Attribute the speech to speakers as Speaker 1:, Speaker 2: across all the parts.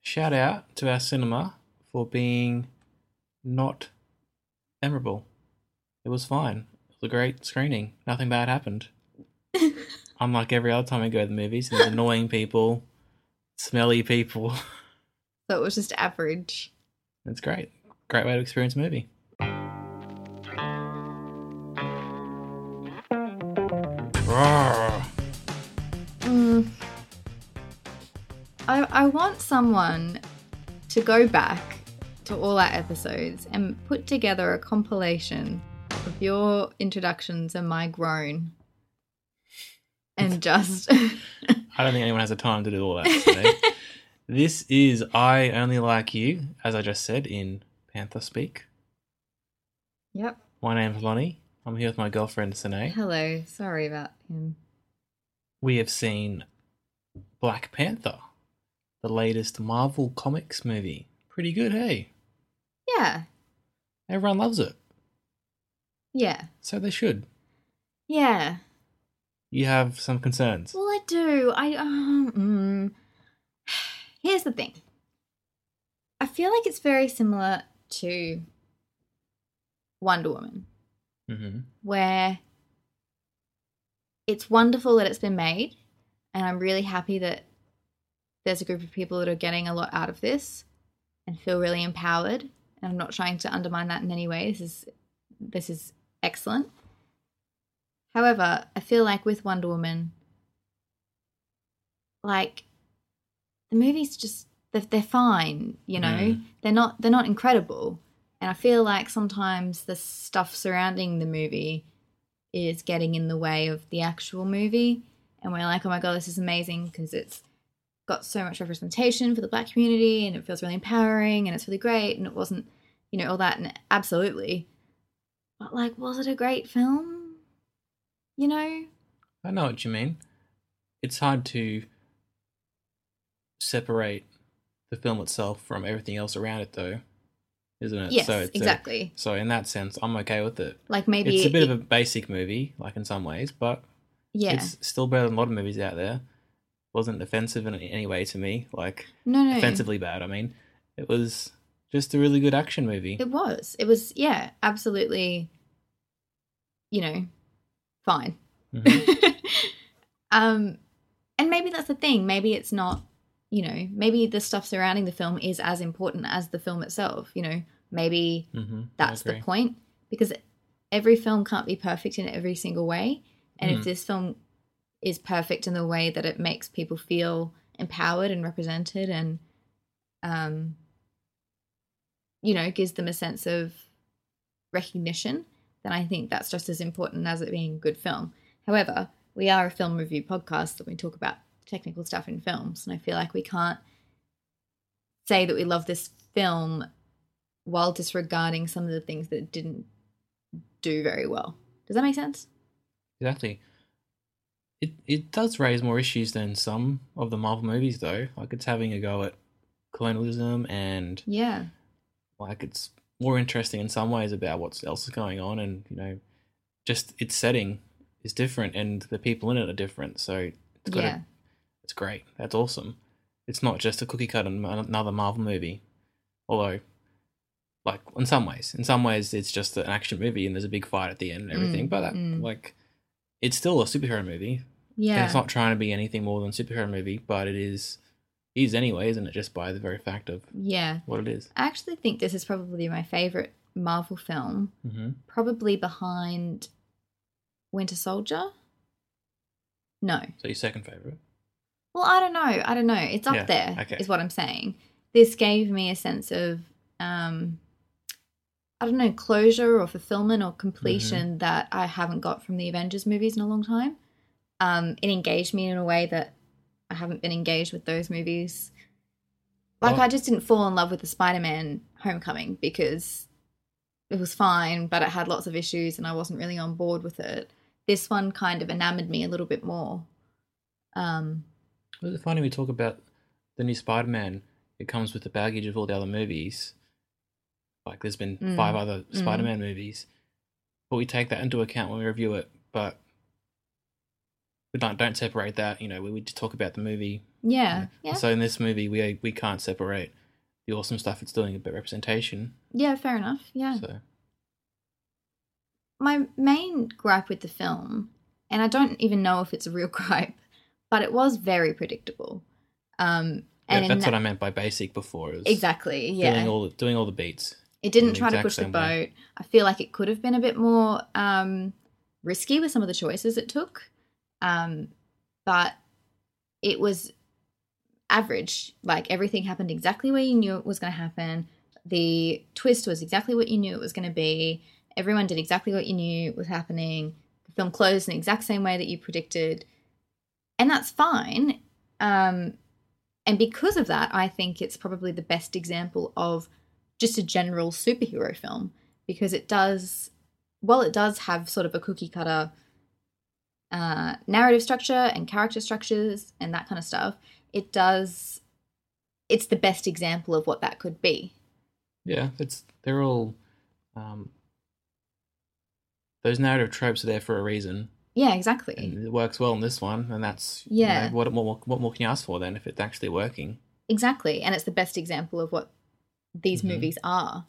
Speaker 1: Shout out to our cinema for being not memorable. It was fine. It was a great screening. Nothing bad happened. Unlike every other time we go to the movies, there's annoying people, smelly people.
Speaker 2: So it was just average.
Speaker 1: It's great. Great way to experience a movie. Roar.
Speaker 2: Mm. I, I want someone to go back to all our episodes and put together a compilation of your introductions and my groan. And just.
Speaker 1: I don't think anyone has the time to do all that today. this is I Only Like You, as I just said in Panther Speak.
Speaker 2: yep.
Speaker 1: My name's Lonnie. I'm here with my girlfriend, Sine.
Speaker 2: Hello. Sorry about him.
Speaker 1: We have seen Black Panther, the latest Marvel Comics movie. Pretty good, hey?
Speaker 2: Yeah.
Speaker 1: Everyone loves it,
Speaker 2: Yeah.
Speaker 1: so they should.
Speaker 2: Yeah.
Speaker 1: You have some concerns.
Speaker 2: Well, I do. I um. mm. Here's the thing. I feel like it's very similar to Wonder Woman,
Speaker 1: Mm-hmm.
Speaker 2: where it's wonderful that it's been made, and I'm really happy that there's a group of people that are getting a lot out of this and feel really empowered. And I'm not trying to undermine that in any way. This is this is excellent. However, I feel like with Wonder Woman, like the movies just they're, they're fine, you know.
Speaker 1: Mm.
Speaker 2: They're not they're not incredible, and I feel like sometimes the stuff surrounding the movie is getting in the way of the actual movie, and we're like, oh my god, this is amazing because it's got so much representation for the black community and it feels really empowering and it's really great and it wasn't you know all that and absolutely but like was it a great film you know
Speaker 1: I know what you mean. It's hard to separate the film itself from everything else around it, though, isn't it?
Speaker 2: yes
Speaker 1: it's a-
Speaker 2: exactly
Speaker 1: so, in that sense, I'm okay with it.
Speaker 2: like maybe
Speaker 1: it's a bit
Speaker 2: it-
Speaker 1: of a basic movie, like in some ways, but
Speaker 2: yeah
Speaker 1: it's still better than a lot of movies out there. wasn't offensive in any way to me, like
Speaker 2: no no
Speaker 1: offensively bad. I mean, it was just a really good action movie.
Speaker 2: it was it was yeah absolutely you know fine
Speaker 1: Mhm.
Speaker 2: um and maybe that's the thing maybe it's not you know maybe the stuff surrounding the film is as important as the film itself you know maybe
Speaker 1: Mhm, I
Speaker 2: that's the
Speaker 1: agree.
Speaker 2: point because every film can't be perfect in every single way and
Speaker 1: Mm.
Speaker 2: if this film is perfect in the way that it makes people feel empowered and represented and um you know gives them a sense of recognition then i think that's just as important as it being a good film however we are a film review podcast that we talk about technical stuff in films and i feel like we can't say that we love this film while disregarding some of the things that it didn't do very well. Does that make sense?
Speaker 1: Exactly. It it does raise more issues than some of the Marvel movies, though. Like it's having a go at colonialism, and
Speaker 2: Yeah.
Speaker 1: like it's more interesting in some ways about what else is going on, and you know, just its setting is different, and the people in it are different. So it's got
Speaker 2: Yeah.
Speaker 1: a, it's great. That's awesome. It's not just a cookie cutter m- another Marvel movie, although. Like in some ways, in some ways, it's just an action movie, and there's a big fight at the end and everything.
Speaker 2: Mm,
Speaker 1: but that,
Speaker 2: mm.
Speaker 1: like, it's still a superhero movie. And
Speaker 2: Yeah.
Speaker 1: it's not trying to be anything more than a superhero movie, but it is is anyway, isn't it? Just by the very fact of
Speaker 2: yeah.
Speaker 1: what it is.
Speaker 2: I actually think this is probably my favorite Marvel film,
Speaker 1: Mm-hmm.
Speaker 2: probably behind Winter Soldier. No.
Speaker 1: So your second favorite?
Speaker 2: Well, I don't know. I don't know. It's up
Speaker 1: Yeah,
Speaker 2: there, is
Speaker 1: okay.
Speaker 2: what I'm saying. This gave me a sense of, um, I don't know, closure or fulfillment or completion
Speaker 1: Mm-hmm.
Speaker 2: that I haven't got from the Avengers movies in a long time. Um, it engaged me in a way that I haven't been engaged with those movies. Like
Speaker 1: Well-
Speaker 2: I just didn't fall in love with the Spider-Man Homecoming because it was fine, but it had lots of issues, and I wasn't really on board with it. This one kind of enamored me a little bit more. Um,
Speaker 1: Was it funny we talk about the new Spider Man? It comes with the baggage of all the other movies. Like there's been
Speaker 2: Mm.
Speaker 1: five other
Speaker 2: Mm.
Speaker 1: Spider Man movies, but we take that into account when we review it. But we don't don't separate that. You know, we we just talk about the movie.
Speaker 2: yeah, yeah,
Speaker 1: So in this movie, we we can't separate the awesome stuff it's doing about representation.
Speaker 2: yeah. Fair enough. Yeah.
Speaker 1: So
Speaker 2: my main gripe with the film, and I don't even know if it's a real gripe, but it was very predictable. Um,
Speaker 1: yeah,
Speaker 2: and in
Speaker 1: that's
Speaker 2: that-
Speaker 1: what I meant by basic before. Is
Speaker 2: exactly,
Speaker 1: Doing
Speaker 2: yeah.
Speaker 1: all the, doing all the beats.
Speaker 2: it
Speaker 1: in
Speaker 2: didn't
Speaker 1: the
Speaker 2: try to
Speaker 1: exact
Speaker 2: push the
Speaker 1: same
Speaker 2: boat.
Speaker 1: way.
Speaker 2: I feel like it could have been a bit more um, risky with some of the choices it took, um, but it was average. Like everything happened exactly where you knew it was going to happen. The twist was exactly what you knew it was going to be. Everyone did exactly what you knew was happening. The film closed in the exact same way that you predicted, and that's fine. Um, and because of that, I think it's probably the best example of just a general superhero film because it does, well, it does have sort of a cookie cutter uh, narrative structure and character structures and that kind of stuff. It does, it's the best example of what that could be.
Speaker 1: Yeah, it's they're all um, those narrative tropes are there for a reason,
Speaker 2: Yeah, exactly.
Speaker 1: and it works well in this one. And that's you know,
Speaker 2: Yeah.
Speaker 1: what more what more can you ask for then if it's actually working?
Speaker 2: Exactly. And it's the best example of what these
Speaker 1: Mhm.
Speaker 2: movies are.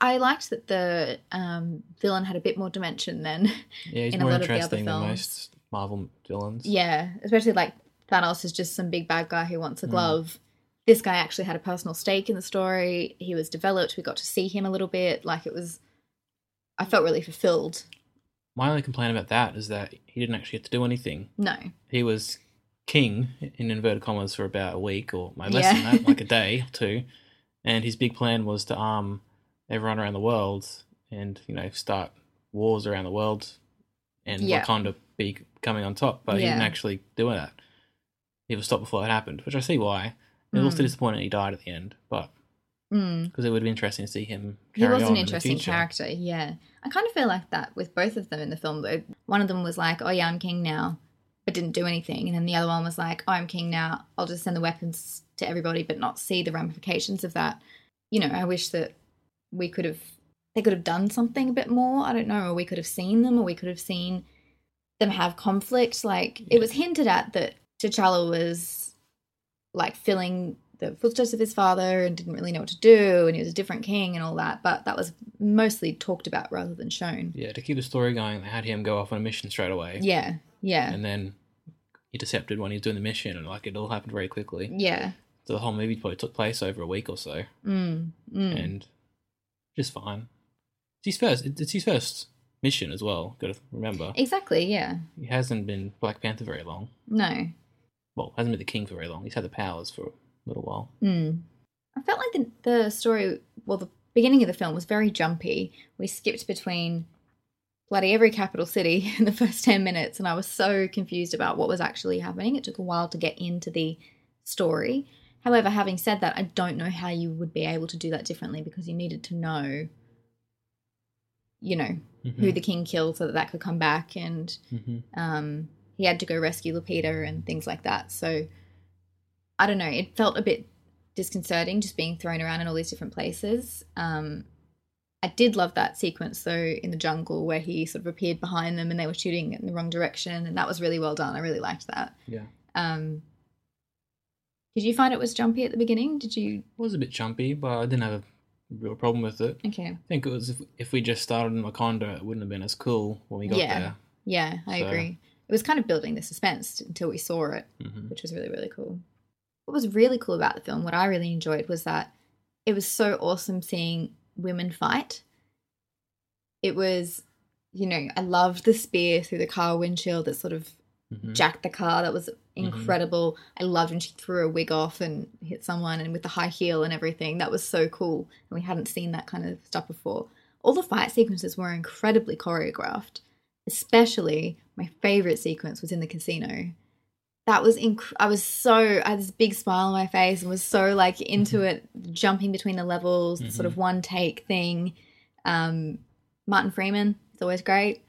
Speaker 2: I liked that the um, villain had a bit more dimension than
Speaker 1: Yeah, he's
Speaker 2: In a
Speaker 1: more
Speaker 2: lot of the other
Speaker 1: interesting than
Speaker 2: films.
Speaker 1: most Marvel villains.
Speaker 2: Yeah, especially like Thanos is just some big bad guy who wants a
Speaker 1: Mm.
Speaker 2: glove. This guy actually had a personal stake in the story. He was developed. We got to see him a little bit. Like it was, I felt really fulfilled.
Speaker 1: My only complaint about that is that he didn't actually get to do anything.
Speaker 2: No,
Speaker 1: He was king in inverted commas for about a week or no, less
Speaker 2: Yeah.
Speaker 1: than that, like a day or two, and his big plan was to arm everyone around the world and you know start wars around the world and
Speaker 2: Yeah.
Speaker 1: Wakanda be coming on top, but he didn't
Speaker 2: Yeah.
Speaker 1: actually do that. He was stopped before it happened, which I see why. It was also
Speaker 2: Mm.
Speaker 1: disappointing he died at the end, but
Speaker 2: mm.
Speaker 1: because it would have been interesting to see him.
Speaker 2: he
Speaker 1: carry
Speaker 2: was
Speaker 1: on
Speaker 2: an
Speaker 1: in the
Speaker 2: interesting
Speaker 1: future.
Speaker 2: character. Yeah, I kind of feel like that with both of them in the film. Though one of them was like, "Oh yeah, I'm king now," but didn't do anything, and then the other one was like, "Oh, I'm king now. I'll just send the weapons to everybody, but not see the ramifications of that." You know, I wish that we could have they could have done something a bit more. I don't know, or we could have seen them, or we could have seen them have conflict. Like it was hinted at that T'Challa was like filling the footsteps of his father and didn't really know what to do, and he was a different king and all that. But that was mostly talked about rather than shown.
Speaker 1: Yeah, to keep the story going, they had him go off on a mission straight away,
Speaker 2: Yeah, yeah,
Speaker 1: and then he intercepted when he was doing the mission, and like it all happened very quickly.
Speaker 2: yeah.
Speaker 1: So the whole movie probably took place over a week or so,
Speaker 2: Mm, mm.
Speaker 1: and just fine. It's his first. It's his first mission as well. Got to remember,
Speaker 2: Exactly. Yeah.
Speaker 1: he hasn't been Black Panther very long.
Speaker 2: No.
Speaker 1: Well, hasn't been the king for very long. He's had the powers for a little while.
Speaker 2: Mm. I felt like the, the story, well, the beginning of the film was very jumpy. We skipped between bloody every capital city in the first 10 minutes, and I was so confused about what was actually happening. It took a while to get into the story. However, having said that, I don't know how you would be able to do that differently because you needed to know, you know,
Speaker 1: Mm-hmm,
Speaker 2: who the king killed so that that could come back and
Speaker 1: hmm
Speaker 2: um, he had to go rescue Lupita and things like that. So I don't know. It felt a bit disconcerting just being thrown around in all these different places. Um, I did love that sequence though in the jungle where he sort of appeared behind them and they were shooting in the wrong direction, and that was really well done. I really liked that.
Speaker 1: Yeah,
Speaker 2: Um, did you find it was jumpy at the beginning? Did you?
Speaker 1: it was a bit jumpy, but I didn't have a real problem with it.
Speaker 2: Okay.
Speaker 1: I think it was if, if we just started in Wakanda, it wouldn't have been as cool when we got
Speaker 2: Yeah.
Speaker 1: there.
Speaker 2: Yeah, I
Speaker 1: So-
Speaker 2: agree. It was kind of building the suspense until we saw it.
Speaker 1: hmm
Speaker 2: which was really really cool. What was really cool about the film, what I really enjoyed, was that it was so awesome seeing women fight. It was, you know, I loved the spear through the car windshield that sort of
Speaker 1: hmm
Speaker 2: jacked the car. That was incredible. I loved when she threw a wig off and hit someone, and with the high heel and everything. That was so cool, and we hadn't seen that kind of stuff before. All the fight sequences were incredibly choreographed. Especially my favorite sequence was in the casino. that was inc- I was so I had this big smile on my face and was so like into
Speaker 1: Mm-hmm.
Speaker 2: it, jumping between the levels, the sort of one take thing. Um, Martin Freeman is always great.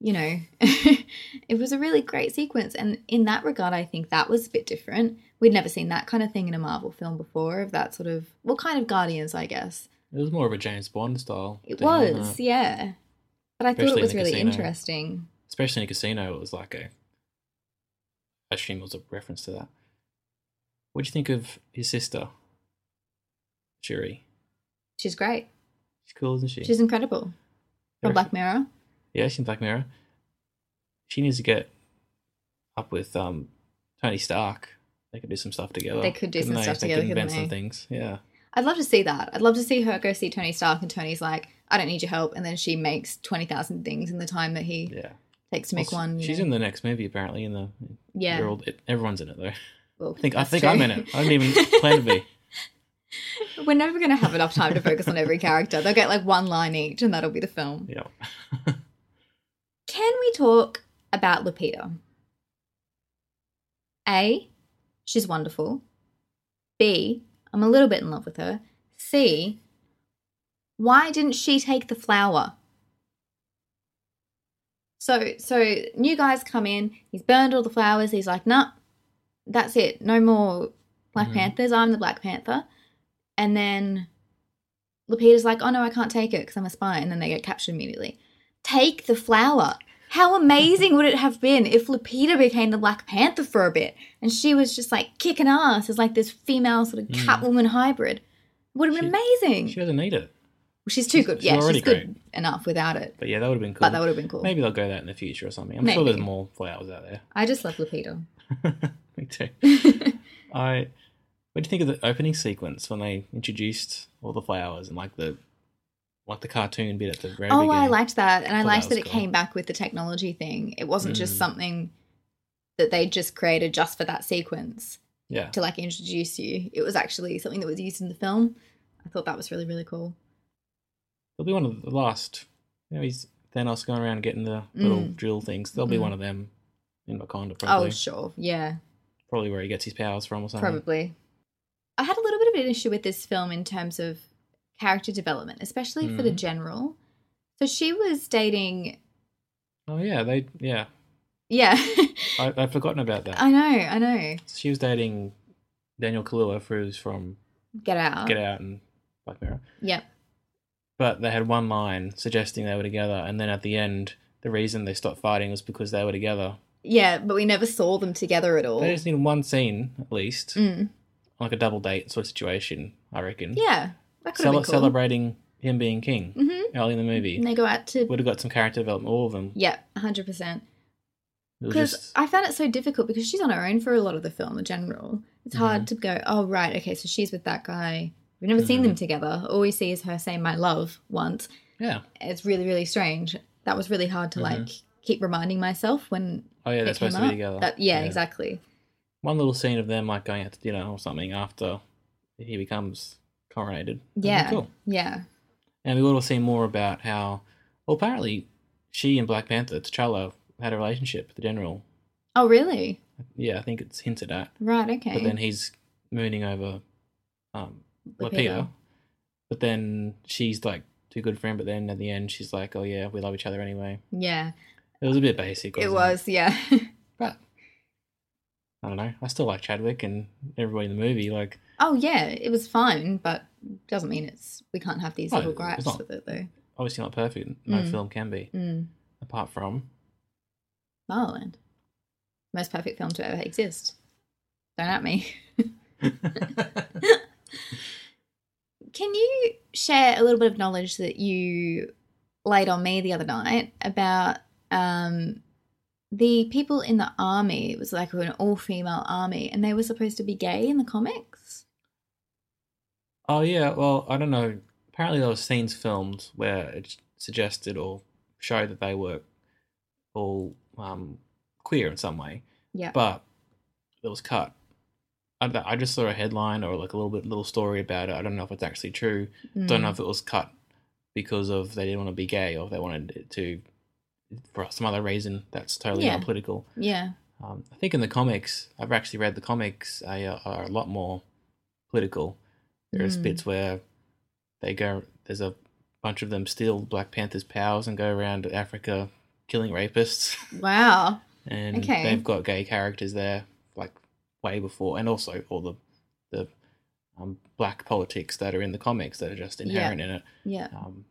Speaker 2: You know, it was a really great sequence, and in that regard, I think that was a bit different. We'd never seen that kind of thing in a Marvel film before, of that sort of well, kind of Guardians, I guess.
Speaker 1: It was more of a James Bond style.
Speaker 2: It
Speaker 1: thing, wasn't
Speaker 2: was,
Speaker 1: it?
Speaker 2: yeah. But I thought
Speaker 1: Especially
Speaker 2: it
Speaker 1: in
Speaker 2: was
Speaker 1: the
Speaker 2: really
Speaker 1: casino.
Speaker 2: interesting.
Speaker 1: especially in a casino. It was like a. I assume it was a reference to that. What do you think of his sister, Shuri?
Speaker 2: She's great.
Speaker 1: She's cool, isn't she?
Speaker 2: She's incredible.
Speaker 1: Very-
Speaker 2: From Black Mirror.
Speaker 1: Yeah, she's in Black Mirror. She needs to get up with um, Tony Stark. They could do some stuff together.
Speaker 2: They could do some
Speaker 1: couldn't
Speaker 2: stuff
Speaker 1: If they
Speaker 2: together,
Speaker 1: could invent
Speaker 2: couldn't
Speaker 1: some
Speaker 2: they?
Speaker 1: things. Yeah,
Speaker 2: I'd love to see that. I'd love to see her go see Tony Stark, and Tony's like, "I don't need your help," and then she makes twenty thousand things in the time that he
Speaker 1: yeah.
Speaker 2: takes to make
Speaker 1: Well,
Speaker 2: one. you
Speaker 1: She's
Speaker 2: know.
Speaker 1: in the next movie apparently. In the
Speaker 2: Yeah.
Speaker 1: they're all- it- everyone's in it though.
Speaker 2: Well,
Speaker 1: I think I
Speaker 2: that's
Speaker 1: think
Speaker 2: true.
Speaker 1: I'm in it. I didn't even plan to be.
Speaker 2: We're never going to have enough time to focus on every character. They'll get like one line each, and that'll be the film.
Speaker 1: Yeah.
Speaker 2: Can we talk about Lupita? A, she's wonderful. B, I'm a little bit in love with her. C, why didn't she take the flower? So, so new guys come in. He's burned all the flowers. He's like, nah, that's it. No more Black
Speaker 1: Mhm.
Speaker 2: Panthers. I'm the Black Panther. And then Lupita's like, oh no, I can't take it because I'm a spy. And then they get captured immediately. Take the flower. How amazing would it have been if Lupita became the Black Panther for a bit and she was just like kicking ass as like this female sort of
Speaker 1: Mm.
Speaker 2: Catwoman hybrid? Would have been amazing.
Speaker 1: She doesn't need it.
Speaker 2: Well, she's too good.
Speaker 1: she's
Speaker 2: yeah,
Speaker 1: already
Speaker 2: she's good enough without it.
Speaker 1: But yeah, that would have been cool.
Speaker 2: But that would have been cool.
Speaker 1: Maybe they'll go that in the future or something. I'm sure
Speaker 2: Maybe.
Speaker 1: there's more flowers out there.
Speaker 2: I just love Lupita.
Speaker 1: Me too. I. What do you think of the opening sequence when they introduced all the flowers and like the, like the cartoon bit at the very
Speaker 2: Oh,
Speaker 1: beginning?
Speaker 2: I liked that, and I,
Speaker 1: Thought that
Speaker 2: liked that,
Speaker 1: was
Speaker 2: it
Speaker 1: cool.
Speaker 2: came back with the technology thing. It wasn't just
Speaker 1: Mm.
Speaker 2: something that they just created just for that sequence
Speaker 1: Yeah,
Speaker 2: to like introduce you. It was actually something that was used in the film. I thought that was really really cool.
Speaker 1: they'll be one of the last. You know, he's Thanos going around getting the little
Speaker 2: Mm.
Speaker 1: drill things. They'll be
Speaker 2: Mm.
Speaker 1: one of them in Wakanda probably.
Speaker 2: Oh, sure, yeah,
Speaker 1: probably where he gets his powers from or something.
Speaker 2: probably. I had a little bit of an issue with this film in terms of character development, especially for the
Speaker 1: Mm.
Speaker 2: general. So she was dating,
Speaker 1: Oh yeah, they yeah.
Speaker 2: yeah.
Speaker 1: I, I've forgotten about that.
Speaker 2: I know, I know.
Speaker 1: she was dating Daniel Kaluuya, who's from
Speaker 2: Get out.
Speaker 1: Get Out and Black Mirror.
Speaker 2: Yep.
Speaker 1: But they had one line suggesting they were together, and then at the end, the reason they stopped fighting was because they were together.
Speaker 2: Yeah, but we never saw them together at all.
Speaker 1: They just needed one scene at least,
Speaker 2: Oh. Mm.
Speaker 1: like a double date sort of situation, I reckon.
Speaker 2: Yeah, that could
Speaker 1: Cele-
Speaker 2: have been cool.
Speaker 1: Celebrating him being king
Speaker 2: Mhm.
Speaker 1: early in the movie
Speaker 2: And they go out to.
Speaker 1: would have got some character development. All of them.
Speaker 2: Yeah, hundred percent.
Speaker 1: It was
Speaker 2: Because
Speaker 1: just
Speaker 2: I found it so difficult because she's on her own for a lot of the film. In general, it's hard to go. Oh right, okay, so she's with that guy. We've never seen them
Speaker 1: Mm-hmm.
Speaker 2: together. All we see is her saying "my love" once.
Speaker 1: yeah.
Speaker 2: It's really, really strange. That was really hard to like keep reminding myself when.
Speaker 1: Oh Mm-hmm. yeah,
Speaker 2: it
Speaker 1: they're supposed
Speaker 2: came
Speaker 1: to be
Speaker 2: up.
Speaker 1: together.
Speaker 2: That- yeah, exactly.
Speaker 1: One little scene of them like going out to dinner or something after he becomes coronated. That'd be
Speaker 2: Yeah,
Speaker 1: Cool.
Speaker 2: yeah,
Speaker 1: And we would have seen more about how, well, apparently she and Black Panther, T'Challa, had a relationship, the general.
Speaker 2: Oh really?
Speaker 1: Yeah, I think it's hinted at.
Speaker 2: Right. Okay.
Speaker 1: But then he's mooning over um, Lupita.
Speaker 2: Lupita.
Speaker 1: But then she's like too good for him. But then at the end, she's like, oh, yeah, we love each other anyway.
Speaker 2: yeah,
Speaker 1: It was a bit basic.
Speaker 2: it
Speaker 1: wasn't
Speaker 2: was. Yeah.
Speaker 1: But I don't know. I still like Chadwick and everybody in the movie. Like,
Speaker 2: Oh yeah, it was fine, but doesn't mean it's we can't have these
Speaker 1: No,
Speaker 2: little
Speaker 1: it's
Speaker 2: gripes
Speaker 1: not.
Speaker 2: with it though.
Speaker 1: obviously not perfect. No
Speaker 2: Mm.
Speaker 1: film can be,
Speaker 2: Mm.
Speaker 1: apart from
Speaker 2: La La Land, most perfect film to ever exist. Don't at me. Can you share a little bit of knowledge that you laid on me the other night about um, the people in the army? It was like an all-female army, and they were supposed to be gay in the comics.
Speaker 1: Oh yeah, well I don't know. Apparently there were scenes filmed where it suggested or showed that they were all um, queer in some way,
Speaker 2: Yeah.
Speaker 1: but it was cut. I, don't know, I just saw a headline or like a little bit little story about it. I don't know if it's actually true.
Speaker 2: Mm,
Speaker 1: Don't
Speaker 2: Hmm.
Speaker 1: know if it was cut because of they didn't want to be gay or if they wanted it to for some other reason. That's totally
Speaker 2: Yeah.
Speaker 1: not political.
Speaker 2: yeah.
Speaker 1: Um, I think in the comics, I've actually read the comics, I, uh, are a lot more political. There's
Speaker 2: Mm.
Speaker 1: bits where they go, there's a bunch of them steal Black Panther's powers and go around Africa killing rapists.
Speaker 2: Wow.
Speaker 1: And
Speaker 2: Okay.
Speaker 1: they've got gay characters there, like way before, and also all the the um, black politics that are in the comics that are just
Speaker 2: Yeah.
Speaker 1: inherent in it.
Speaker 2: Yeah.
Speaker 1: Um,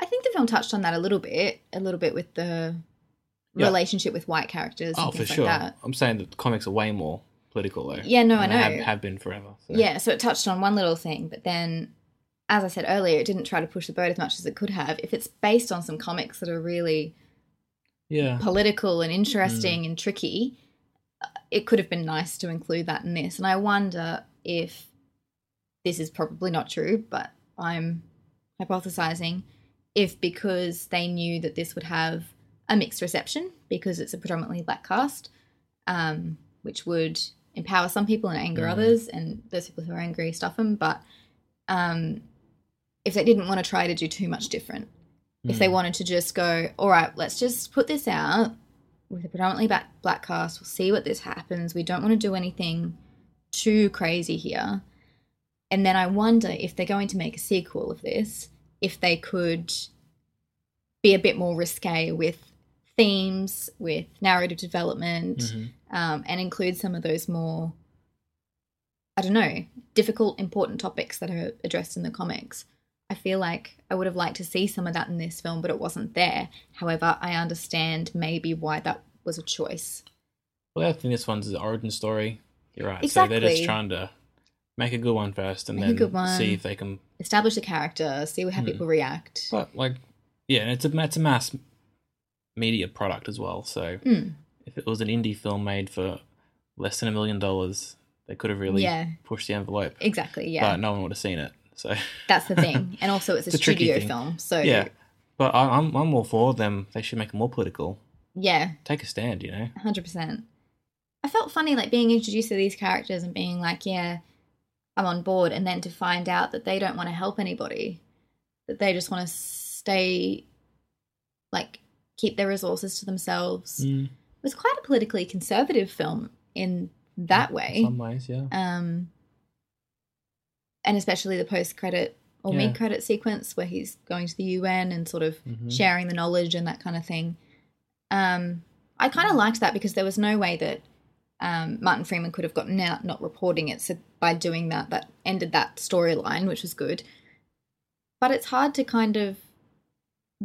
Speaker 2: I think the film touched on that a little bit, a little bit with the
Speaker 1: Yeah.
Speaker 2: relationship with white characters and
Speaker 1: oh, for
Speaker 2: things
Speaker 1: sure.
Speaker 2: like that.
Speaker 1: I'm saying that the comics are way more political though.
Speaker 2: Yeah, no, I
Speaker 1: And they Have,
Speaker 2: know.
Speaker 1: have been forever. so.
Speaker 2: Yeah, so it touched on one little thing, but then, as I said earlier, it didn't try to push the boat as much as it could have. If it's based on some comics that are really
Speaker 1: Yeah.
Speaker 2: political and interesting and tricky, uh, it could have been nice to include that in this. And I wonder if this is probably not true, but I'm hypothesizing if because they knew that this would have a mixed reception because it's a predominantly black cast, um, which would empower some people and anger
Speaker 1: Mm.
Speaker 2: others, and those people who are angry stuff them. But um, if they didn't want to try to do too much different, if they
Speaker 1: Mm.
Speaker 2: wanted to just go, all right, let's just put this out with a predominantly black, black cast, we'll see what this happens. We don't want to do anything too crazy here. And then I wonder if they're going to make a sequel of this, if they could be a bit more risque with themes, with narrative development,
Speaker 1: Mhm.
Speaker 2: um, and include some of those more, I don't know, difficult, important topics that are addressed in the comics. I feel like I would have liked to see some of that in this film, but it wasn't there. However, I understand maybe why that was a choice.
Speaker 1: Well, I think this one's the origin story. You're right. So they're just
Speaker 2: Exactly.
Speaker 1: trying to make a good one first, and
Speaker 2: Make a
Speaker 1: then
Speaker 2: good one.
Speaker 1: see if they can.
Speaker 2: Establish a character, see how
Speaker 1: Hmm.
Speaker 2: people react.
Speaker 1: But like, yeah, and it's a it's a mass media product as well. So
Speaker 2: Hmm.
Speaker 1: if it was an indie film made for less than a million dollars, they could have really
Speaker 2: Yeah.
Speaker 1: pushed the envelope.
Speaker 2: Exactly, yeah.
Speaker 1: But no one would have seen it. So
Speaker 2: That's the thing. And also, it's a
Speaker 1: It's a tricky
Speaker 2: studio
Speaker 1: thing.
Speaker 2: film, so
Speaker 1: yeah. But I, I'm I'm all for them. They should make it more political.
Speaker 2: yeah,
Speaker 1: Take a stand, you know.
Speaker 2: hundred percent. I felt funny like being introduced to these characters and being like, yeah, I'm on board, and then to find out that they don't want to help anybody, that they just want to stay, like, keep their resources to themselves.
Speaker 1: Mm,
Speaker 2: It was quite a politically conservative film in that way,
Speaker 1: some ways, yeah.
Speaker 2: um, and especially the post credit or
Speaker 1: Yeah.
Speaker 2: mid credit sequence where he's going to the UN and sort of
Speaker 1: Mhm.
Speaker 2: sharing the knowledge and that kind of thing. Um, I kind of liked that because there was no way that um, Martin Freeman could have gotten out not reporting it. So by doing that, that ended that storyline, which was good. But it's hard to kind of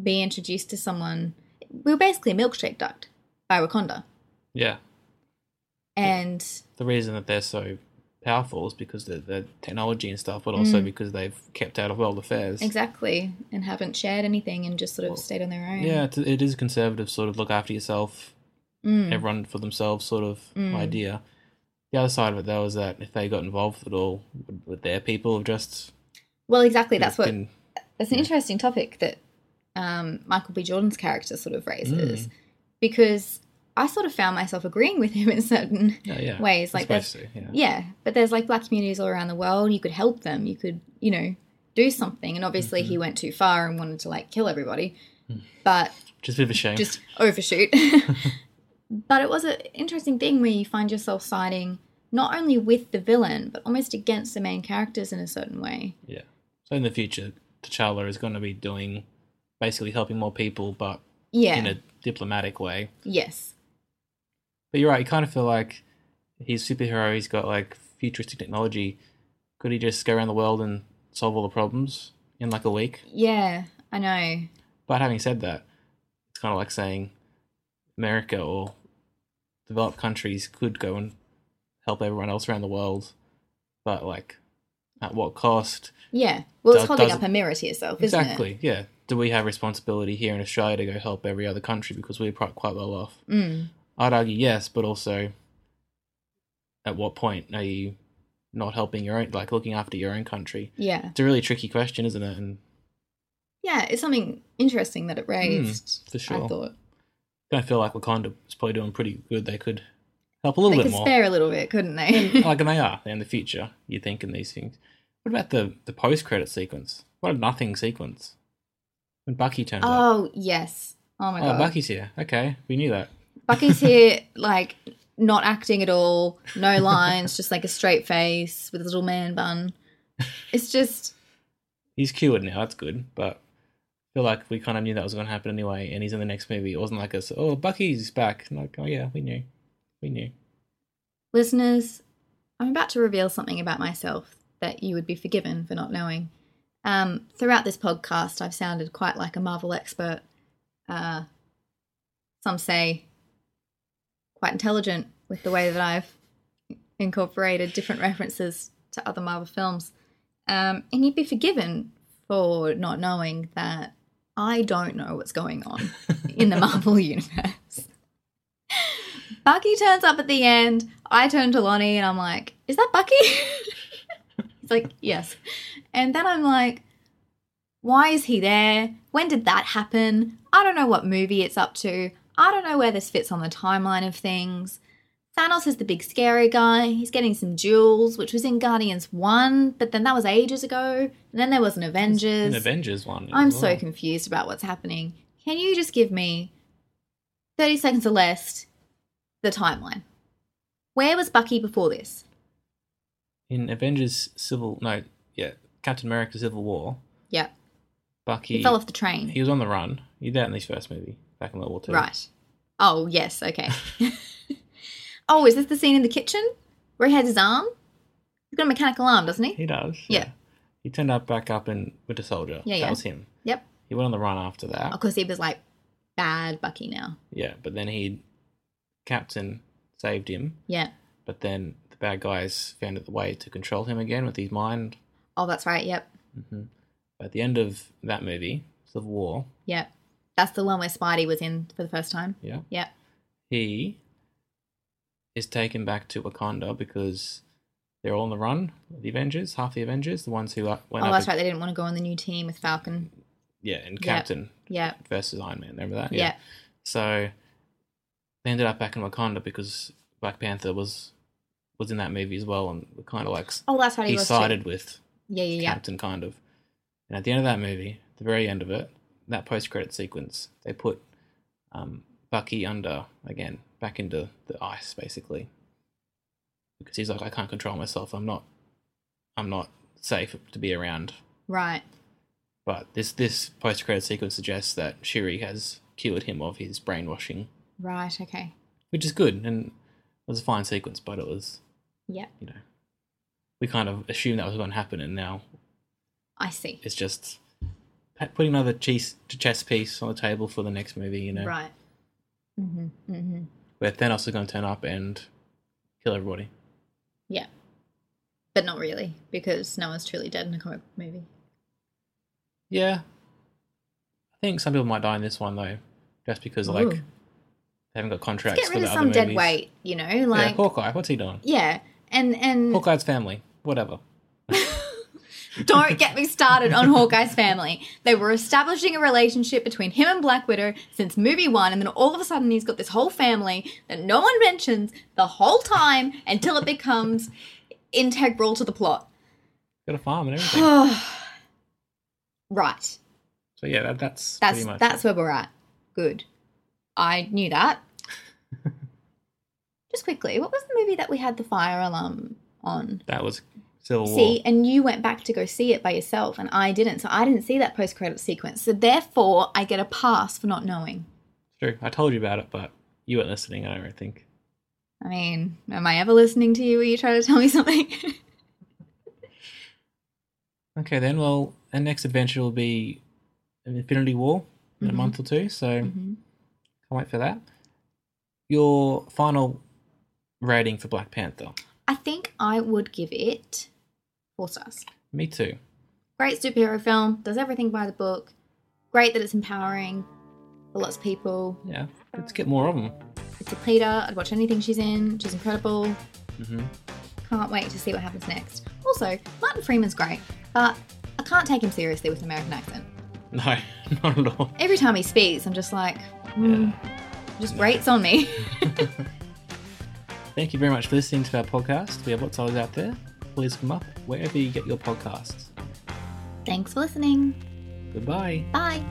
Speaker 2: be introduced to someone. We were basically milkshake ducked by Wakanda,
Speaker 1: Yeah.
Speaker 2: and
Speaker 1: the reason that they're so powerful is because the the technology and stuff, but also because they've kept out of world affairs.
Speaker 2: Mm. exactly, and haven't shared anything and just sort of stayed on their own.
Speaker 1: Yeah, it's, it is a conservative sort of look after yourself,
Speaker 2: Mm.
Speaker 1: everyone for themselves sort of idea. The other side of it though is that if they got involved at all, would, would their people have just
Speaker 2: Well, exactly. That's what
Speaker 1: been-
Speaker 2: That's an interesting topic that um, Michael B. Jordan's character sort of
Speaker 1: Mm.
Speaker 2: raises because I sort of found myself agreeing with him in certain
Speaker 1: yeah, oh, yeah,
Speaker 2: ways.
Speaker 1: I
Speaker 2: Like, there's-
Speaker 1: suppose so, yeah.
Speaker 2: yeah, but there's like black communities all around the world. You could help them. You could, you know, do something. And obviously,
Speaker 1: Mm-hmm.
Speaker 2: he went too far and wanted to like kill everybody,
Speaker 1: Hmm.
Speaker 2: but
Speaker 1: just a bit of a shame.
Speaker 2: just overshoot. but it was an interesting thing where you find yourself siding not only with the villain but almost against the main characters in a certain way.
Speaker 1: yeah. So in the future, T'Challa is going to be doing basically helping more people, but
Speaker 2: Yeah.
Speaker 1: in a diplomatic way.
Speaker 2: yes.
Speaker 1: But you're right. You kind of feel like he's a superhero. He's got like futuristic technology. Could he just go around the world and solve all the problems in like a week?
Speaker 2: Yeah. I know.
Speaker 1: But having said that, it's kind of like saying America or developed countries could go and help everyone else around the world, but like at what cost?
Speaker 2: Yeah. Well, it's
Speaker 1: Does-
Speaker 2: holding
Speaker 1: does-
Speaker 2: up a mirror to yourself, isn't
Speaker 1: exactly. Yeah. Do we have responsibility here in Australia to go help every other country because we're quite quite well off?
Speaker 2: it? Mm.
Speaker 1: I'd argue yes, but also at what point are you not helping your own, like looking after your own country?
Speaker 2: Yeah.
Speaker 1: It's a really tricky question, isn't it? And
Speaker 2: Yeah, it's something interesting that it raised.
Speaker 1: Mm, for sure.
Speaker 2: I thought.
Speaker 1: I feel like Wakanda is probably doing pretty good. They could help a little
Speaker 2: They
Speaker 1: bit
Speaker 2: could
Speaker 1: more.
Speaker 2: spare a little bit, couldn't they?
Speaker 1: like, and they are in the future, you think, in these things. What about the, the post credit sequence? What a nothing sequence. When Bucky turns up.
Speaker 2: oh, yes. Oh, my
Speaker 1: Oh,
Speaker 2: God.
Speaker 1: Bucky's here. Okay, we knew that.
Speaker 2: Bucky's here, like, not acting at all, no lines, just like a straight face with a little man bun. It's just
Speaker 1: He's cured now. That's good. But I feel like we kind of knew that was going to happen anyway. And he's in the next movie. It wasn't like us. Oh, Bucky's back. And like, oh yeah, we knew. We knew.
Speaker 2: listeners, I'm about to reveal something about myself that you would be forgiven for not knowing. Um, throughout this podcast, I've sounded quite like a Marvel expert. Uh, some say quite intelligent with the way that I've incorporated different references to other Marvel films. Um, and you'd be forgiven for not knowing that I don't know what's going on in the Marvel universe. Bucky turns up at the end. I turn to Lonnie and I'm like, is that Bucky? He's like, yes. And then I'm like, why is he there? When did that happen? I don't know what movie it's up to. I don't know where this fits on the timeline of things. Thanos is the big scary guy. He's getting some jewels, which was in Guardians 1, but then that was ages ago. And then there was an Avengers.
Speaker 1: An Avengers one.
Speaker 2: I'm
Speaker 1: as
Speaker 2: so
Speaker 1: well.
Speaker 2: confused about what's happening. Can you just give me 30 seconds or less the timeline? Where was Bucky before this?
Speaker 1: in Avengers Civil. No, yeah, Captain America Civil War.
Speaker 2: Yep.
Speaker 1: Bucky.
Speaker 2: He, fell off the train.
Speaker 1: he was on the run. He did that in this first movie back in World War Two.
Speaker 2: right. Oh, yes. Okay. oh, is this the scene in the kitchen where he has his arm? He's got a mechanical arm, doesn't he?
Speaker 1: He does.
Speaker 2: Yeah.
Speaker 1: He turned up back up in Winter Soldier.
Speaker 2: Yeah,
Speaker 1: that
Speaker 2: yeah.
Speaker 1: was him.
Speaker 2: Yep.
Speaker 1: He went on the run after that.
Speaker 2: Of course, he was like bad Bucky now.
Speaker 1: Yeah, but then he, Captain, saved him.
Speaker 2: Yeah.
Speaker 1: But then the bad guys found the way to control him again with his mind.
Speaker 2: Oh, that's right. Yep.
Speaker 1: hmm At the end of that movie, Civil War,
Speaker 2: Yep. That's the one where Spidey was in for the first time.
Speaker 1: yeah,
Speaker 2: Yep.
Speaker 1: he is taken back to Wakanda because they're all on the run. The Avengers, half the Avengers, the ones who uh, went
Speaker 2: Oh,
Speaker 1: up.
Speaker 2: that's
Speaker 1: ag-
Speaker 2: right. They didn't want to go on the new team with Falcon.
Speaker 1: Yeah, and
Speaker 2: Yep.
Speaker 1: Captain
Speaker 2: Yep.
Speaker 1: versus Iron Man. Remember that?
Speaker 2: Yeah.
Speaker 1: So they ended up back in Wakanda because Black Panther was was in that movie as well, and kind of like s-
Speaker 2: Oh, that's right. He,
Speaker 1: he
Speaker 2: was
Speaker 1: sided
Speaker 2: too.
Speaker 1: with
Speaker 2: Yeah, yeah, yeah.
Speaker 1: Captain, kind of. And at the end of that movie, the very end of it, that post credit sequence, they put um, Bucky under again, back into the ice, basically, because he's like, I can't control myself. I'm not, I'm not safe to be around.
Speaker 2: Right.
Speaker 1: But this this post credit sequence suggests that Shuri has cured him of his brainwashing,
Speaker 2: Right. Okay.
Speaker 1: which is good, and it was a fine sequence. But it was,
Speaker 2: Yep.
Speaker 1: you know, we kind of assumed that was going to happen, and now
Speaker 2: I see.
Speaker 1: it's just pa- putting another chess chess piece on the table for the next movie. You know,
Speaker 2: Right. hmm hmm
Speaker 1: where Thanos is going to turn up and kill everybody.
Speaker 2: Yeah. But not really, because no one's truly dead in a comic movie.
Speaker 1: Yeah, I think some people might die in this one though, just because like
Speaker 2: Ooh.
Speaker 1: they haven't got contracts
Speaker 2: Get
Speaker 1: for
Speaker 2: rid
Speaker 1: the
Speaker 2: of
Speaker 1: other
Speaker 2: some dead
Speaker 1: movies.
Speaker 2: weight, you know, like Mm.
Speaker 1: yeah, Hawkeye. What's he doing?
Speaker 2: yeah. And and
Speaker 1: Hawkeye's family. Whatever.
Speaker 2: don't get me started on Hawkeye's family. They were establishing a relationship between him and Black Widow since movie one, and then all of a sudden he's got this whole family that no one mentions the whole time until it becomes integral to the plot.
Speaker 1: Got a farm and everything.
Speaker 2: right.
Speaker 1: So yeah, that, that's
Speaker 2: That's
Speaker 1: pretty much
Speaker 2: that's
Speaker 1: it.
Speaker 2: where we're at. Good. I knew that. Just quickly, what was the movie that we had the fire alarm on?
Speaker 1: that was Civil War.
Speaker 2: See, and you went back to go see it by yourself, and I didn't, so I didn't see that post credit sequence. So therefore, I get a pass for not knowing.
Speaker 1: True. I told you about it, but you weren't listening. I don't think.
Speaker 2: I mean, am I ever listening to you? Are you trying to tell me something?
Speaker 1: Okay, then. Well, our next adventure will be Infinity War in a month or two. So
Speaker 2: Mhm.
Speaker 1: can't wait for that. Your final rating for Black Panther?
Speaker 2: I think I would give it four stars.
Speaker 1: Me too.
Speaker 2: Great superhero film, does everything by the book. Great that it's empowering for lots of people.
Speaker 1: Yeah. Let's get more of them.
Speaker 2: It's a pleader. I'd watch anything she's in. She's incredible.
Speaker 1: hmm
Speaker 2: Can't wait to see what happens next. Also, Martin Freeman's great, but I can't take him seriously with an American accent.
Speaker 1: No, not at all.
Speaker 2: Every time he speaks, I'm just like, hmm, just rates on me.
Speaker 1: Thank you very much for listening to our podcast. We have lots of others out there. Please come up wherever you get your podcasts.
Speaker 2: Thanks for listening.
Speaker 1: Goodbye.
Speaker 2: Bye.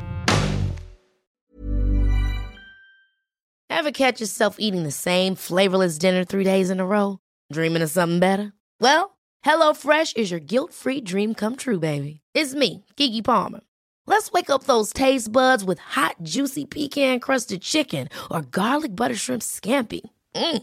Speaker 3: Ever catch yourself eating the same flavorless dinner three days in a row? Dreaming of something better? Well, HelloFresh is your guilt free dream come true, baby. It's me, Gigi Palmer. Let's wake up those taste buds with hot, juicy pecan crusted chicken or garlic butter shrimp scampi. Mm.